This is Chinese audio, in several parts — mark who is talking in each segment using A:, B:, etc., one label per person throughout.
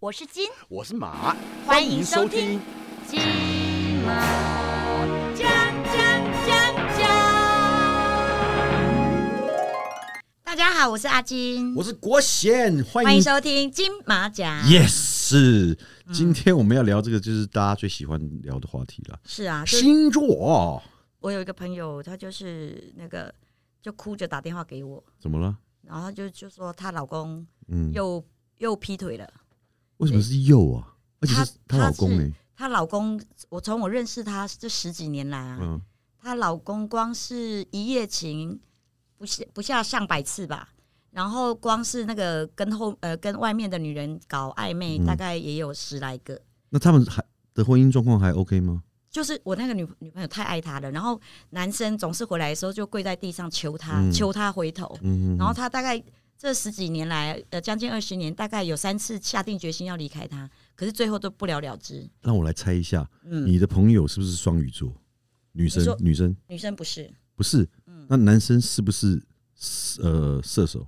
A: 我是金，
B: 我是马，
A: 欢迎收听。金马讲讲讲讲。大家好，我是阿金，
B: 我是国贤，欢
A: 欢迎收听金马奖。
B: Yes，是今天我们要聊这个，就是大家最喜欢聊的话题了，
A: 是啊，就
B: 星座哦
A: 我有一个朋友，他就是那个就哭着打电话给我，
B: 怎么了？
A: 然后他就就说她老公
B: 嗯，
A: 又又劈腿了。
B: 为什么是又啊？而且是她
A: 她
B: 老公呢？
A: 她老公，我从我认识她这十几年来啊，
B: 嗯，
A: 她老公光是一夜情，不下不下上百次吧。然后光是那个跟后呃跟外面的女人搞暧昧，
B: 嗯
A: 大概也有十来个。
B: 那他们还的婚姻状况还 OK 吗？
A: 就是我那个女女朋友太爱他了，然后男生总是回来的时候就跪在地上求他，
B: 嗯
A: 求他回头。
B: 嗯，
A: 然后他大概这十几年来，呃，将近二十年，大概有三次下定决心要离开他，可是最后都不了了之。
B: 让我来猜一下，
A: 嗯，
B: 你的朋友是不是双鱼座？女生
A: 你说，嗯
B: 女生
A: 女生不是，
B: 不是，那男生是不是呃射手？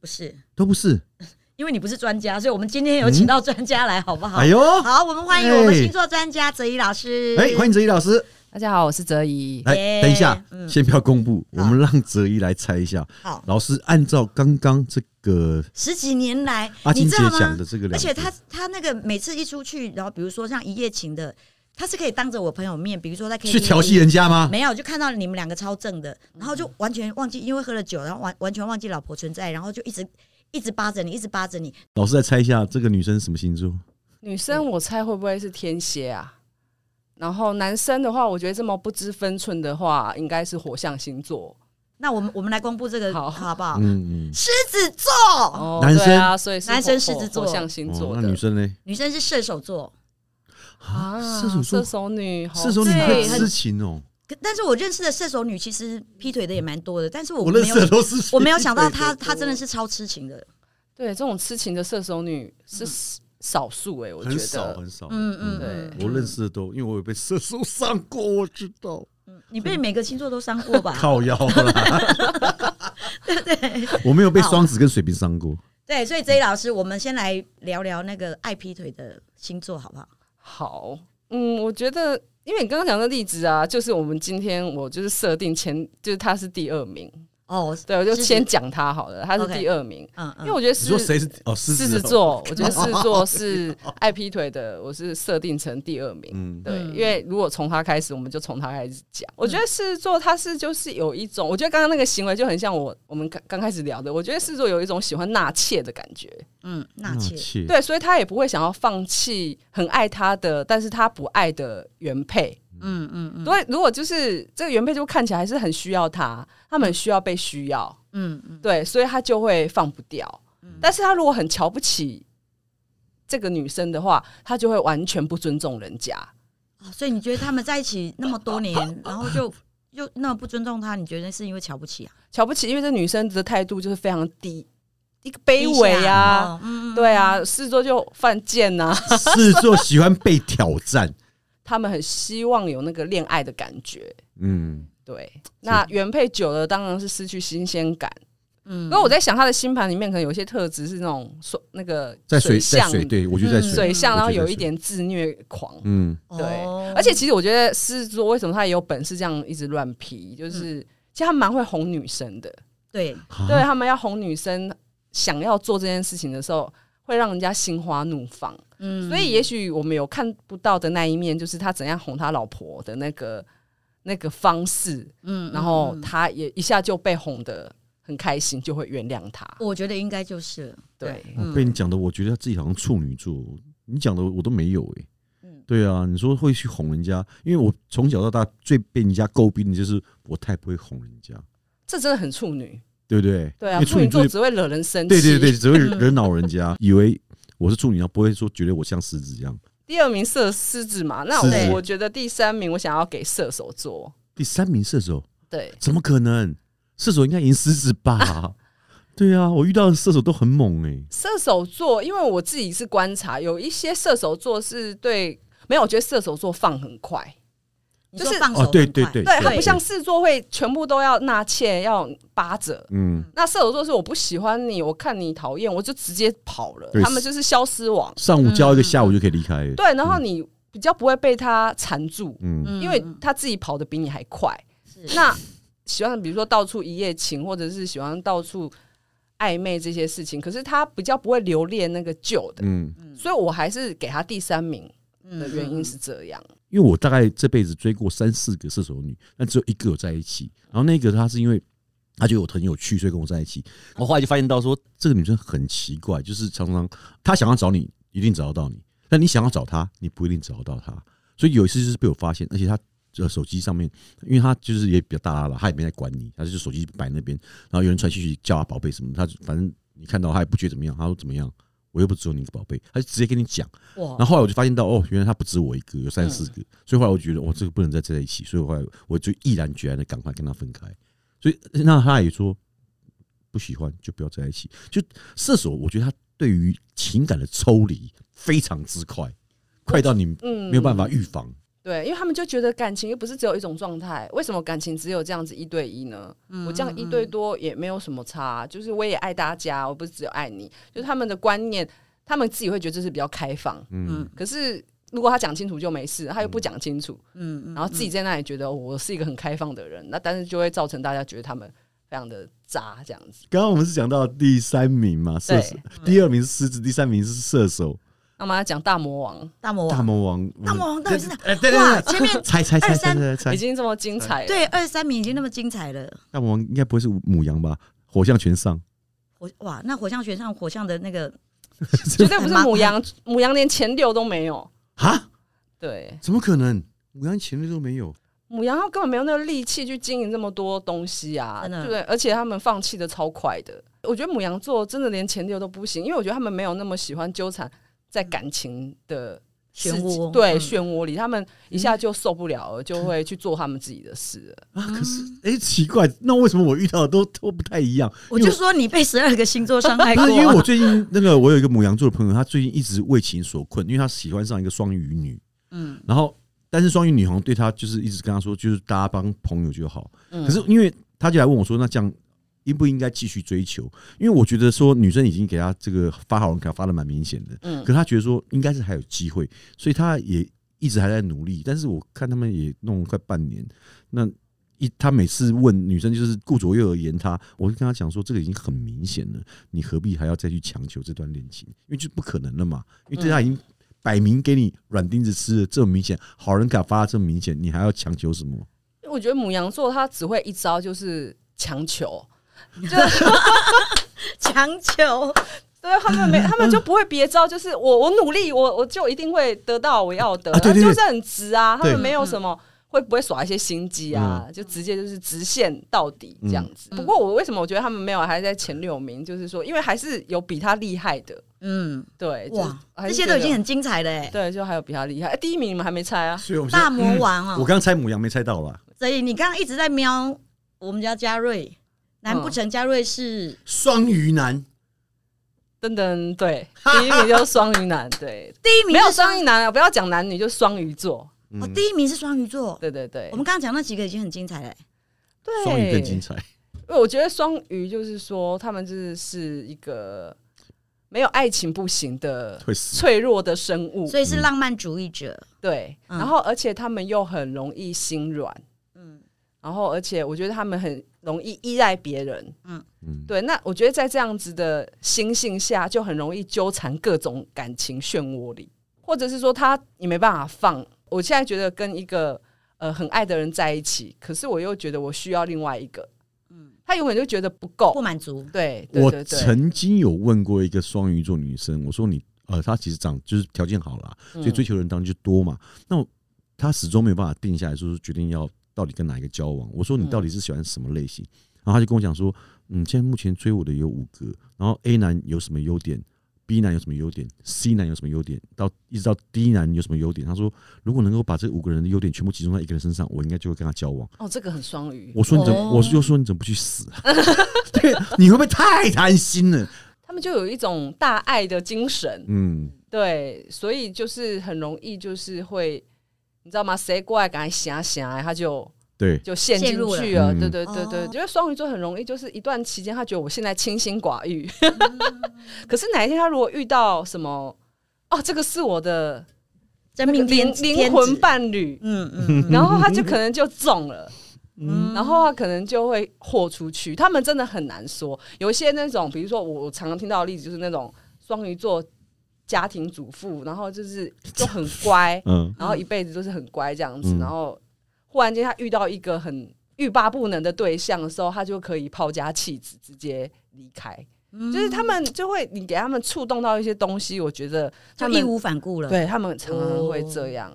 A: 不是，
B: 都不是。
A: 因为你不是专家，所以我们今天有请到专家来，好不好？
B: 哎呦，
A: 好，我们欢迎我们星座专家泽一老师。
B: 哎，欢迎泽一老师。
C: 大家好，我是泽怡。
B: 来，
A: 耶
B: 等一下，
A: 嗯
B: 先不要公布，我
A: 好
B: 们让哲一来猜一下。
A: 好，
B: 老师按照刚刚这个
A: 十几年来你
B: 阿，啊金
A: 知
B: 姐
A: 道
B: 讲
A: 吗
B: 的？这个两个，
A: 而且他他那个每次一出去，然后比如说像一夜情的，他是可以当着我朋友面，比如说在 KTV
B: 去调戏人家吗？
A: 没有，就看到你们两个超正的，然后就完全忘记，因为喝了酒，然后完完全忘记老婆存在，然后就一直一直扒着你，一直扒着你。
B: 老师再猜一下，这个女生什么星座？
C: 女生
A: 嗯
C: 我猜会不会是天蝎啊？然后男生的话，我觉得这么不知分寸的话，应该是火象星座
A: 那我们我们来公布这个好
C: 好
A: 不好？
B: 嗯嗯，
A: 狮子座，
C: 哦，
B: 男生
C: 对啊，所以是
A: 男生
C: 火
A: 狮子座
C: 火象星座
B: 哦
C: 的、
B: 那女生呢？
A: 女生是射手座，
B: 啊，
C: 啊，
B: 射手座
C: 射，手女，好
B: 射手女
A: 对
B: 会
A: 很
B: 痴情哦。
A: 可但是我认识的射手女其实劈腿的也蛮多的，但是我
B: 我
A: 没
B: 认
A: 有
B: 识的都是
A: 我没有想到她
C: 对对对
A: 她真的是超痴情的。
C: 对这种痴情的射手女是少数哎、我 觉
B: 很少欸
C: 得
B: 很少。
A: 嗯嗯
C: 嗯
A: 嗯，
B: 我认识的都，因为我有被射手伤过，我知 道。
A: 你被每个星座都伤过吧？
B: 靠腰啦，
A: 对
B: 我没有被双子跟水瓶伤过。
A: 对，所以 J 老师，我们先来聊聊那个爱劈腿的星座好不好？
C: 好。嗯，我觉得，因为你刚刚讲的例子啊，就是我们今天我就是设定前，就是他是第二名，
A: 哦，
C: 对，我就
A: 狮子
C: 先讲他好了，他是
A: OK
C: 第二名
A: 嗯
C: 因为
A: 嗯，
C: 我觉得
B: 你
C: 是。
B: 说谁是？哦，狮
C: 狮
B: 子
C: 子。座，我觉得狮子座是爱劈腿的，我是设定成第二名。
B: 嗯，
C: 对，
A: 嗯
C: 因为如果从他开始，我们就从他开始讲。我觉得狮子座他是就是有一种，我觉得刚刚那个行为就很像我我们刚刚开始聊的。我觉得狮子座有一种喜欢纳妾的感觉，
A: 嗯，纳
B: 纳
A: 妾，
B: 妾。
C: 对，所以他也不会想要放弃很爱他的，但是他不爱的原配。
A: 嗯嗯嗯，
C: 对，如果就是这个原配就看起来还是很需要他，他们很需要被需要，
A: 嗯嗯
C: 对，所以他就会放不掉。但是他如果很瞧不起这个女生的话，他就会完全不尊重人家。
A: 哦，所以你觉得他们在一起那么多年，然后就又那么不尊重他，你觉得是因为瞧不起啊？
C: 瞧不起，因为这女生的态度就是非常低，一个卑微啊，
A: 哦，嗯嗯，
C: 对啊，狮子座就犯贱呐、
B: 狮子座喜欢被挑战。
C: 他们很希望有那个恋爱的感觉。
B: 嗯，
C: 对，那原配久了当然是失去新鲜感。
A: 嗯
C: 因为我在想，他的星盘里面可能有一些特质是那种水那个
B: 在 水在
C: 象
B: 水，对我觉得在
A: 嗯
B: 水。
C: 水象，然后
B: 我觉得
C: 有
B: 是
C: 一点自虐狂。
B: 嗯，
A: 哦
C: 对，而且其实我觉得狮子座为什么他也有本事这样一直乱批，就是、其实他们蛮会哄女生的，
A: 对，
B: 嗯啊
C: 对他们要哄女生想要做这件事情的时候，会让人家心花怒放。
A: 嗯，
C: 所以也许我们有看不到的那一面，就是他怎样哄他老婆的那个那个方式，
A: 嗯，嗯
C: 然后
A: 嗯
C: 他也一下就被哄得很开心，就会原谅他。
A: 我觉得应该就是了嗯
C: 对，
B: 哦被你讲的，我觉得自己好像处女座，你讲的我都没有哎、
A: 嗯
B: 对啊，你说会去哄人家，因为我从小到大最被人家诟病的就是我太不会哄人家，
C: 这真的很处女。
B: 对不对？
C: 对
B: 因
C: 啊，
B: 为
C: 处
B: 处
C: 女
B: 女
C: 座
B: 座
C: 只会惹人生气。
B: 对对对，只会惹恼人家，以为我是处女，然后不会说觉得我像狮子一样。
C: 第二名射狮子嘛，那
B: 狮
A: 子
C: 我我觉得第三名我想要给射手座。
B: 第三名射手，
C: 对，
B: 怎么可能？射手应该赢狮子 吧？对啊，我遇到的射手都很猛哎、
C: 射手座，因为我自己是观察，有一些射手座是对没有，我觉得射手座放很快，
A: 你说
C: 就是
A: 放手
B: 哦对
A: 很快
B: 对对
C: 对他不像四座会全部都要纳妾要八折，
B: 嗯，
C: 那射手座是我不喜欢你，我看你讨厌，我就直接跑了
B: 对。
C: 他们就是消失网，
B: 上午教一个，下午就可以离开了。
C: 对，然后你比较不会被他缠住，
B: 嗯，
A: 嗯
C: 因为他自己跑得比你还快。
A: 是
C: 那喜欢比如说到处一夜情，或者是喜欢到处暧昧这些事情，可是他比较不会留恋那个旧的，
B: 嗯嗯，
C: 所以我还是给他第三名
A: 嗯
C: 的原因是这样。
B: 因为我大概这辈子追过三四个射手女，但只有一个有在一起。然后那个她是因为她觉得我很有趣，所以跟我在一起。我后来就发现到说，这个女生很奇怪，就是常常她想要找你，一定找得到你；但你想要找她，你不一定找得到她。所以有一次就是被我发现，而且她。呃，手机上面，因为她就是也比较大啦啦，她也没在管你，她就是手机摆那边，然后有人传讯息叫她宝贝什么，她就反正你看到她也不觉得怎么样，她说怎么样，我又不只有你一个宝贝，她就直接跟你讲。然后
A: 哇，
B: 后来我就发现到，哦，原来他不止我一个，有三四
A: 嗯
B: 个，所以后来我觉得，哦，这个不能再在一起，所以后来我就毅然决然的赶快跟他分开。所以那他也说不喜欢就不要在一起。就射手，我觉得他对于情感的抽离非常之快，快到你没
C: 嗯，
B: 有办法预防。
C: 对，因为他们就觉得感情又不是只有一种状态，为什么感情只有这样子一对一呢？我这样一
A: 嗯
C: 对多也没有什么差啊，就是我也爱大家，我不是只有爱你。就是他们的观念，他们自己会觉得这是比较开放。
A: 嗯
C: 可是如果他讲清楚就没事，他又不讲清楚，
A: 嗯嗯，
C: 然后自己在那里觉得、哦我是一个很开放的人，那但是就会造成大家觉得他们非常的渣这样子。
B: 刚刚我们是讲到第三名嘛，射手，第二名是狮子，第三名是射手，
C: 那么他讲大魔王
A: 大魔
B: 大
A: 王，
B: 魔王，
A: 大魔王到底是哪？
B: 哎，对对
A: 哇，
B: 对，
A: 前面
B: 猜猜猜
A: 二
B: 猜
A: 三
B: 猜猜
C: 已，经这么精彩了，
A: 对二三名已经那么精彩了，
B: 大魔王应该不会是母羊吧？火象全上，
A: 火哇，那火象选上火象的那个
C: 绝对不是母羊，母羊连前六都没有。
B: 哈。
C: 对，
B: 怎么可能？五羊前列都没有，
C: 母羊它根本没有那个力气去经营这么多东西啊，
A: 真
C: 对
A: 的
C: 不对？而且他们放弃的超快的。我觉得母羊座真的连前六都不行，因为我觉得他们没有那么喜欢纠缠在感情的
A: 嗯漩
C: 事情
A: 涡，
C: 对
A: 嗯
C: 漩涡里，他们一下就受不了了，就会去做他们自己的事了。
B: 啊、可是哎、奇怪，那为什么我遇到的都都不太一样？
A: 我
B: 因
A: 就
B: 为
A: 说你被十二个星座伤害
B: 不
A: 过、
B: 是因为我最近那个，我有一个母羊座的朋友，他最近一直为情所困，因为他喜欢上一个双鱼女，
A: 嗯，
B: 然后但是双鱼女好像对他就是一直跟他说，就是大家帮朋友就好。
C: 嗯
B: 可是因为他就来问我说，那这样应不应该继续追求？因为我觉得说女生已经给他这个发好人卡发的蛮明显的，
C: 嗯
B: 可，他觉得说应该是还有机会，所以他也一直还在努力。但是我看他们也弄了快半年，那一他每次问女生就是顾左右而言他，我就跟他讲说这个已经很明显了，你何必还要再去强求这段恋情？因为就不可能了嘛，因为对他
A: 嗯
B: 已经摆明给你软钉子吃了，这么明显，好人卡发得这么明显，你还要强求什么？
C: 因为我觉得母羊座他只会一招就是强求，
A: 强求，
C: 对他 们没，他们就不会别招，就是我我努力，我我就一定会得到我要的，
B: 啊对对对
C: 他们就是很直啊，他
B: 对嗯
C: 们没有什么。会不会耍一些心机啊？就直接就是直线到底这样子。
A: 嗯
C: 不过我为什么我觉得他们没有还在前六名？就是说，因为还是有比他厉害的，
A: 嗯，
C: 对，就是
A: 哇，
C: 还
A: 这
C: 是
A: 些都已经
C: 觉得
A: 很精彩了哎。
C: 对，就还有比他厉害。哎第一名你们还没猜 啊？
B: 所以我们嗯
A: 大魔王
B: 我
A: 哦，
B: 刚猜母羊没猜到啦，
A: 所以你刚刚一直在瞄我们家嘉瑞，难
C: 嗯
A: 不成嘉瑞是
B: 双鱼男，
C: 噔噔，对，第一名就是双鱼男，对，
A: 第一名？
C: 没有双鱼男啊，不要讲男女，就双鱼座，
B: 嗯
A: 哦，第一名是双鱼座。
C: 对对对
A: 我，们刚刚讲那几个已经很精彩了，
C: 对
B: 双鱼更精彩。
C: 因为我觉得双鱼就是说，他们就是是一个没有爱情不行的
B: 会死
C: 脆弱的生物，
A: 所以是浪漫主义者。
C: 对。
A: 嗯
C: 然后，而且他们又很容易心软，
A: 嗯
C: 然后，而且我觉得他们很容易依赖别人，
B: 嗯，
C: 对。那我觉得在这样子的心性下，就很容易纠缠各种感情漩涡里，或者是说他你没办法放。我现在觉得跟一个呃很爱的人在一起，可是我又觉得我需要另外一个，
A: 嗯，
C: 他永远就觉得不够
A: 不。满足。
C: 对，对
B: 我
C: 对对
B: 曾经有问过一个双鱼座女生，我说你呃，她其实长就是条件好啦，
C: 嗯
B: 所以追求的人当然就多嘛。那我她始终没有办法定下来，说是决定要到底跟哪一个交往。我说你
C: 嗯
B: 到底是喜欢什么类型？然后她就跟我讲说，嗯，现在目前追我的有五个，然后 A 男有什么优点？B 男有什么优点？C 男有什么优点？到一直到 D 男有什么优点？她说，如果能够把这五个人的优点全部集中在一个人身上，我应该就会跟他交往。
C: 哦，这个很双鱼。
B: 我说你怎么？
A: 哦
B: 我就说你怎么不去死啊？ 对，你会不会太贪心了？
C: 他们就有一种大爱的精神，
B: 嗯，
C: 对，所以就是很容易就是会你知道吗？谁过来敢想想，他就
B: 对，
C: 就陷进
A: 陷入
C: 去
B: 了
C: 了。
B: 嗯，
C: 对对对对，
A: 哦
C: 觉得双鱼座很容易，就是一段期间，他觉得我现在清心寡欲， 可是哪一天他如果遇到什么，哦，这个是我的
A: 真命
C: 灵
A: 天
C: 灵魂，伴侣
A: 天，子嗯嗯
C: 然后他就可能就中了。
A: 嗯，
C: 然后他可能就会豁出去。他们真的很难说，有一些那种，比如说我我常常听到的例子，就是那种双鱼座家庭主妇，然后就是就很 乖
B: 嗯，
C: 然后一辈子都是很乖这样子，
B: 嗯
C: 然后忽然间他遇到一个很欲罢不能的对象的时候，他就可以抛家弃子，直接离开。
A: 嗯
C: 就是他们就会，你给他们触动到一些东西，我觉得他
A: 就
C: 们
A: 义无反顾了，
C: 对他们常常会这样。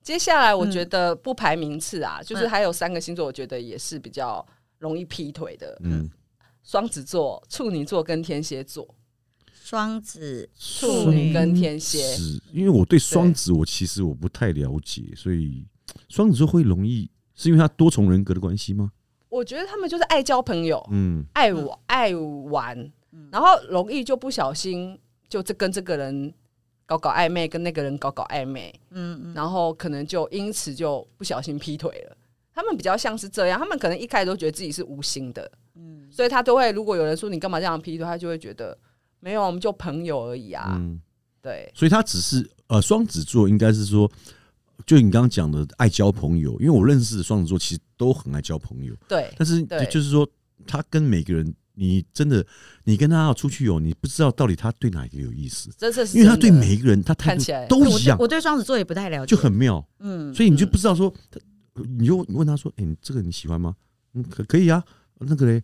C: 接下来我觉得不排名次啊，就是还有三个星座，我觉得也是比较容易劈腿的：
B: 嗯，
C: 双子座、处女座跟天蝎座。
A: 双子
C: 处女跟天蝎，
B: 是因为我对双子，我其实我不太了解，所以双子座会容易，是因为他多重人格的关系吗？
C: 我觉得他们就是爱交朋友、
B: 嗯，
C: 爱我、爱玩，
A: 嗯
C: 然后容易就不小心就这跟这个人搞搞暧昧，跟那个人搞搞暧昧，
A: 嗯嗯，
C: 然后可能就因此就不小心劈腿了。他们比较像是这样，他们可能一开始都觉得自己是无心的，
A: 嗯
C: 所以他都会，如果有人说你干嘛这样劈腿，他就会觉得没有，我们就朋友而已啊。
B: 嗯，
C: 对，
B: 所以他只是呃，双子座应该是说，就你刚刚讲的爱交朋友，因为我认识的双子座其实都很爱交朋友，
C: 对，
B: 但是
C: 对
B: 就是说，他跟每个人，你真的你跟他要出去哦，你不知道到底他对哪一个有意思，
C: 这这是
B: 因为他对
C: 真的
B: 每一个人他态
C: 看
B: 度
C: 起来
B: 都
A: 哎我
B: 一
A: 对
B: 样，
A: 我对双子座也不太了解，
B: 就很妙。
A: 嗯，
B: 所以你就不知道说，他你就你问他说，哎、你这个你喜欢吗？嗯，可可以啊，那个嘞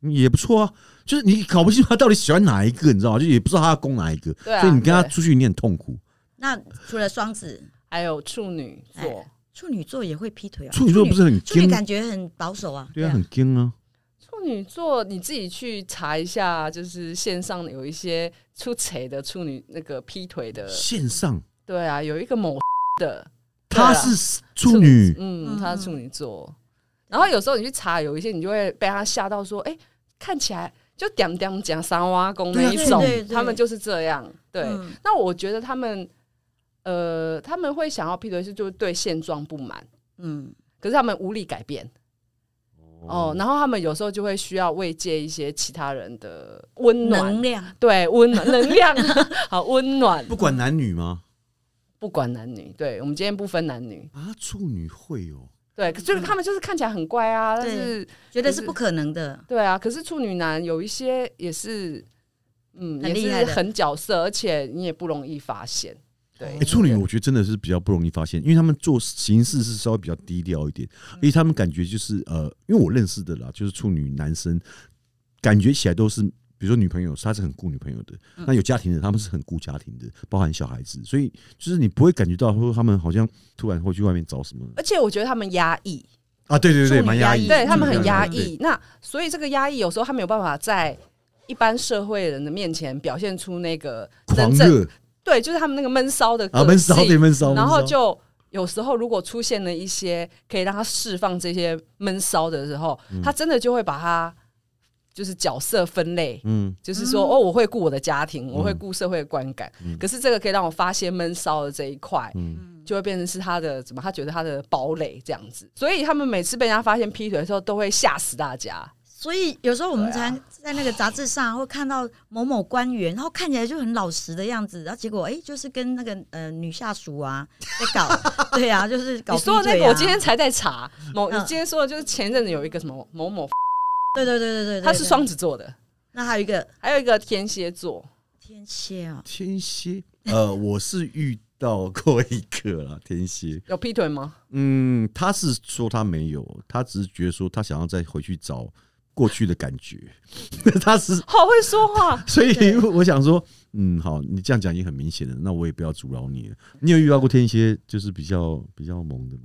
B: 嗯也不错啊，就是你搞不清楚他到底喜欢哪一个，你知道吗？就也不知道他要攻哪一个，
C: 对啊
B: 所以你跟他
C: 对
B: 出去你很痛苦。
A: 那除了双子，
C: 还有处女座
A: 哎，处女座也会劈腿啊，
B: 处女座不是很
A: 处女
B: 坚，
A: 感觉很保守啊，
B: 对啊，很坚啊，
C: 处女座你自己去查一下，就是线上有一些出彩的处女那个劈腿的，
B: 线上
C: 对啊，有一个某的，
B: 她
C: 啊
B: 是处女，
C: 嗯，
A: 嗯
C: 他
A: 嗯
C: 是处女座。然后有时候你去查，有一些你就会被他吓到，说，哎、看起来就点点讲三挖工
B: 对啊
C: 那一
B: 对
C: 种
A: 对，对
C: 他们就是这样，对。
A: 嗯
C: 那我觉得他们，呃，他们会想要劈腿是就是对现状不满，
A: 嗯，
C: 可是他们无力改变哦然后他们有时候就会需要慰藉一些其他人的温暖
A: 能，量，
C: 对温 暖能量，好温暖，
B: 不管男女吗？
C: 不管男女，对我们今天不分男女，
B: 啊，处女会哦，
C: 对，可就是他们就是看起来很乖啊，但
A: 对
C: 是
A: 觉得是
C: 就是
A: 不可能的，
C: 对啊，可是处女男有一些也是，嗯，
A: 很
C: 也
A: 厉
C: 是
A: 害的
C: 很角色，而且你也不容易发现，对
B: 哎、，处女
C: 对
B: 我觉得真的是比较不容易发现，因为他们做形式是稍微比较低调一点，
C: 嗯
B: 而且他们感觉就是呃，因为我认识的啦，就是处女男生，感觉起来都是，比如说女朋友，他是很顾女朋友的，
C: 嗯
B: 那有家庭的，他们是很顾家庭的，包含小孩子，所以就是你不会感觉到说他们好像突然会去外面找什么
C: 而且我觉得他们压抑，
B: 啊，对对
A: 处
B: 对，
A: 女
B: 蛮
A: 压抑
B: 抑，
C: 对他们很压
B: 对，
C: 抑。那所以这个压抑有时候他没有办法在一般社会人的面前表现出那个
B: 狂
C: 真正
B: 热
C: 对，就是他们那个闷骚的
B: 啊，
C: 个
B: 闷骚
C: 性
B: 对闷骚，
C: 然后
B: 闷骚
C: 就有时候如果出现了一些可以让他释放这些闷骚的时候，
B: 嗯
C: 他真的就会把他就是角色分类。
B: 嗯
C: 就是说，哦，我会顾我的家庭，我会顾社会的观感。可是这个可以让我发泄闷骚的这一块，
B: 嗯，
C: 就会变成是他的怎么？他觉得他的堡垒这样子，所以他们每次被人家发现劈腿的时候，都会吓死大家。
A: 所以有时候我们
C: 对
A: 常在那个杂志上会看到某某官员，然后看起来就很老实的样子，然后结果哎、就是跟那个呃女下属啊在 搞，对啊，就是搞
C: 你说的
A: 劈
C: 那
A: 腿
C: 个，
A: 啊
C: 我今天才在查某，
A: 嗯
C: 你今天说的就是前阵子有一个什么某某，
A: 对对对对对对，
C: 他是
A: 对，
C: 双子座的，
A: 那还有一个
C: 还有一个天蝎座，
A: 天蝎啊，
B: 天蝎，呃，我是遇到过一个啦，天蝎。
C: 有劈腿吗？
B: 嗯，他是说他没有，他只是觉得说他想要再回去找过去的感觉。 他是，，
C: 好会说话
B: 所以
A: 对
B: 我想说，嗯，好，你这样讲已经很明显了，那我也不要阻挠你了。你有遇到过天蝎就是比较比较猛的吗？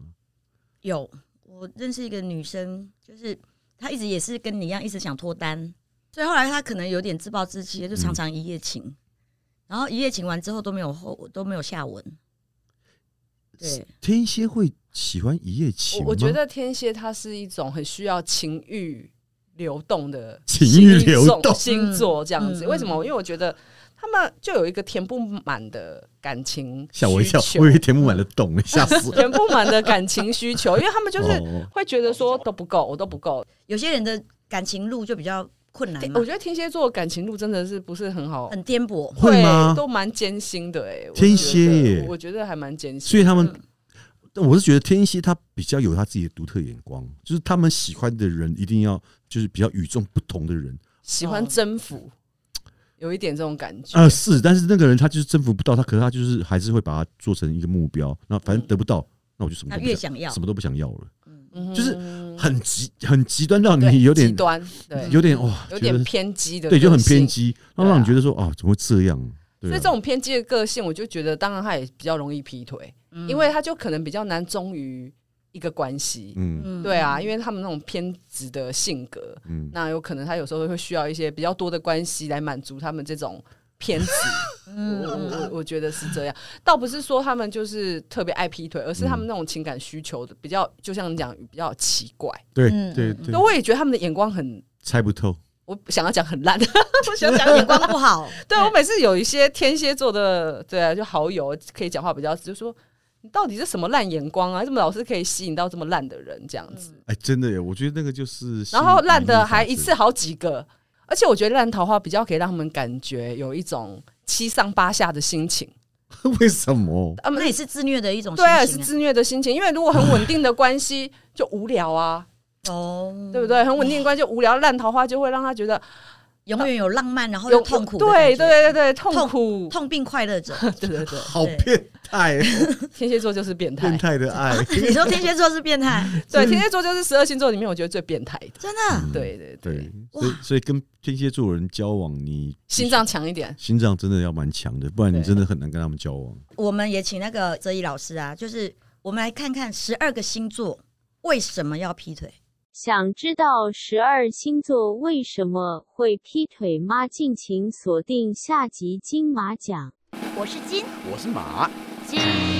A: 有，我认识一个女生，就是她一直也是跟你一样，一直想脱单，所以后来她可能有点自暴自弃，就
C: 嗯
A: 常常一夜情，然后一夜情完之后都没有后都没有下文。对，
B: 天蝎会喜欢一夜情
C: 我
B: 吗？
C: 我觉得天蝎它是一种很需要情欲流动的
B: 情欲流动
C: 星座星座这样子。
A: 嗯嗯
C: 为什么？因为我觉得他们就有一个填不满的感情需
B: 吓
C: 求，！
B: 我一跳，我以为填不满的洞呢，吓死
C: 填不满的感情 需求，因为他们 就是
B: 哦
C: 会觉得说都不够，我都不够。
A: 有些人的感情路就比较困难
C: 天
A: 嘛
C: 哎我，觉得天蝎座感情路真的是不是很好，
A: 很颠簸。
B: 会吗
C: 都蛮艰辛的哎、我
B: 天
C: 觉得
B: 蝎耶
C: 我觉得还蛮艰辛的。
B: 所以他
C: 嗯
B: 们但我是觉得天蝎他比较有他自己的独特眼光，就是他们喜欢的人一定要就是比较与众不同的人。
C: 喜欢征服，有一点这种感觉。
B: 呃，是，但是那个人他就是征服不到他，可是他就是还是会把它做成一个目标。那反正得不到，那我就什么
A: 他
B: 都不
A: 越
B: 想，
A: 想要
B: 什，么都不想要了。
C: 嗯
B: 就是
C: 哼
B: 很极很极端，让
C: 对
B: 你有点
C: 极端，对，
B: 有点哇，
C: 有
B: 觉
C: 点
B: 得
C: 偏激的，
B: 对，就很偏。激，那
C: 对啊
B: 让你觉得说啊，怎么会这样？对
C: 所
B: 啊，
C: 以这种偏激的个性，我就觉得，当然他也比较容易劈腿，因为他就可能比较难忠于一个关系。
B: 嗯
C: 对啊，因
A: 为
C: 为他们那种偏执的性格，
B: 嗯，
C: 那有可能他有时候会需要一些比较多的关系来满足他们这种偏执。
A: 嗯
C: 我我我我觉得是这样，倒不是说他们就是特别爱劈腿，而是他们
B: 嗯
C: 那种情感需求的比较，就像你讲比较奇怪。
B: 对
A: 嗯
B: 对
A: 嗯
B: 对
C: 那，我也觉得他们的眼光很，
B: 猜不透。
C: 我想要讲很烂。
A: 我想讲眼光不好，
C: 对我每次有一些天蝎座的，对啊，就好友可以讲话比较直，就说你到底是什么烂眼光啊？怎么老是可以吸引到这么烂的人这样子？
B: 哎，真的耶，我觉得那个就是吸引
C: 然
B: 力法则，
C: 后烂的还一次好几个，而且我觉得烂桃花比较可以让他们感觉有一种七上八下的心情，
B: 为什么？
C: 他 们
A: 那也是自虐的一种心
C: 对啊，也是
A: 情
C: 自虐的心情，因为如果很稳定的关系就无聊啊，
A: 啊哦，
C: 对不？对？很稳定的关系就无聊，烂桃花就会让他觉得
A: 永远有浪漫，然后
C: 有
A: 又痛苦的感
C: 对
A: 觉，
C: 对对对，痛
A: 痛
C: 苦，
A: 痛并快乐着。
C: 对对对，
B: 好变 态，哦
C: 天蝎座就是变态
B: 变，态的 爱，
A: 你说天蝎座是变态，
C: 对，天蝎座就是十二星座里面我觉得最变态的，
A: 真的？
C: 对对对
B: 嗯对，，所以所以跟天蝎座人交往，你
C: 心脏强一点，
B: 心脏真的要蛮强的，不然你
C: 对
B: 真的很难跟他们交往。
A: 我们也请那个泽一老师啊，就是我们来看看十二个星座为什么要劈腿。
D: 想知道十二星座为什么会劈腿吗？敬请锁定下集金马奖。
E: 我是金，
F: 我是马。
E: 金。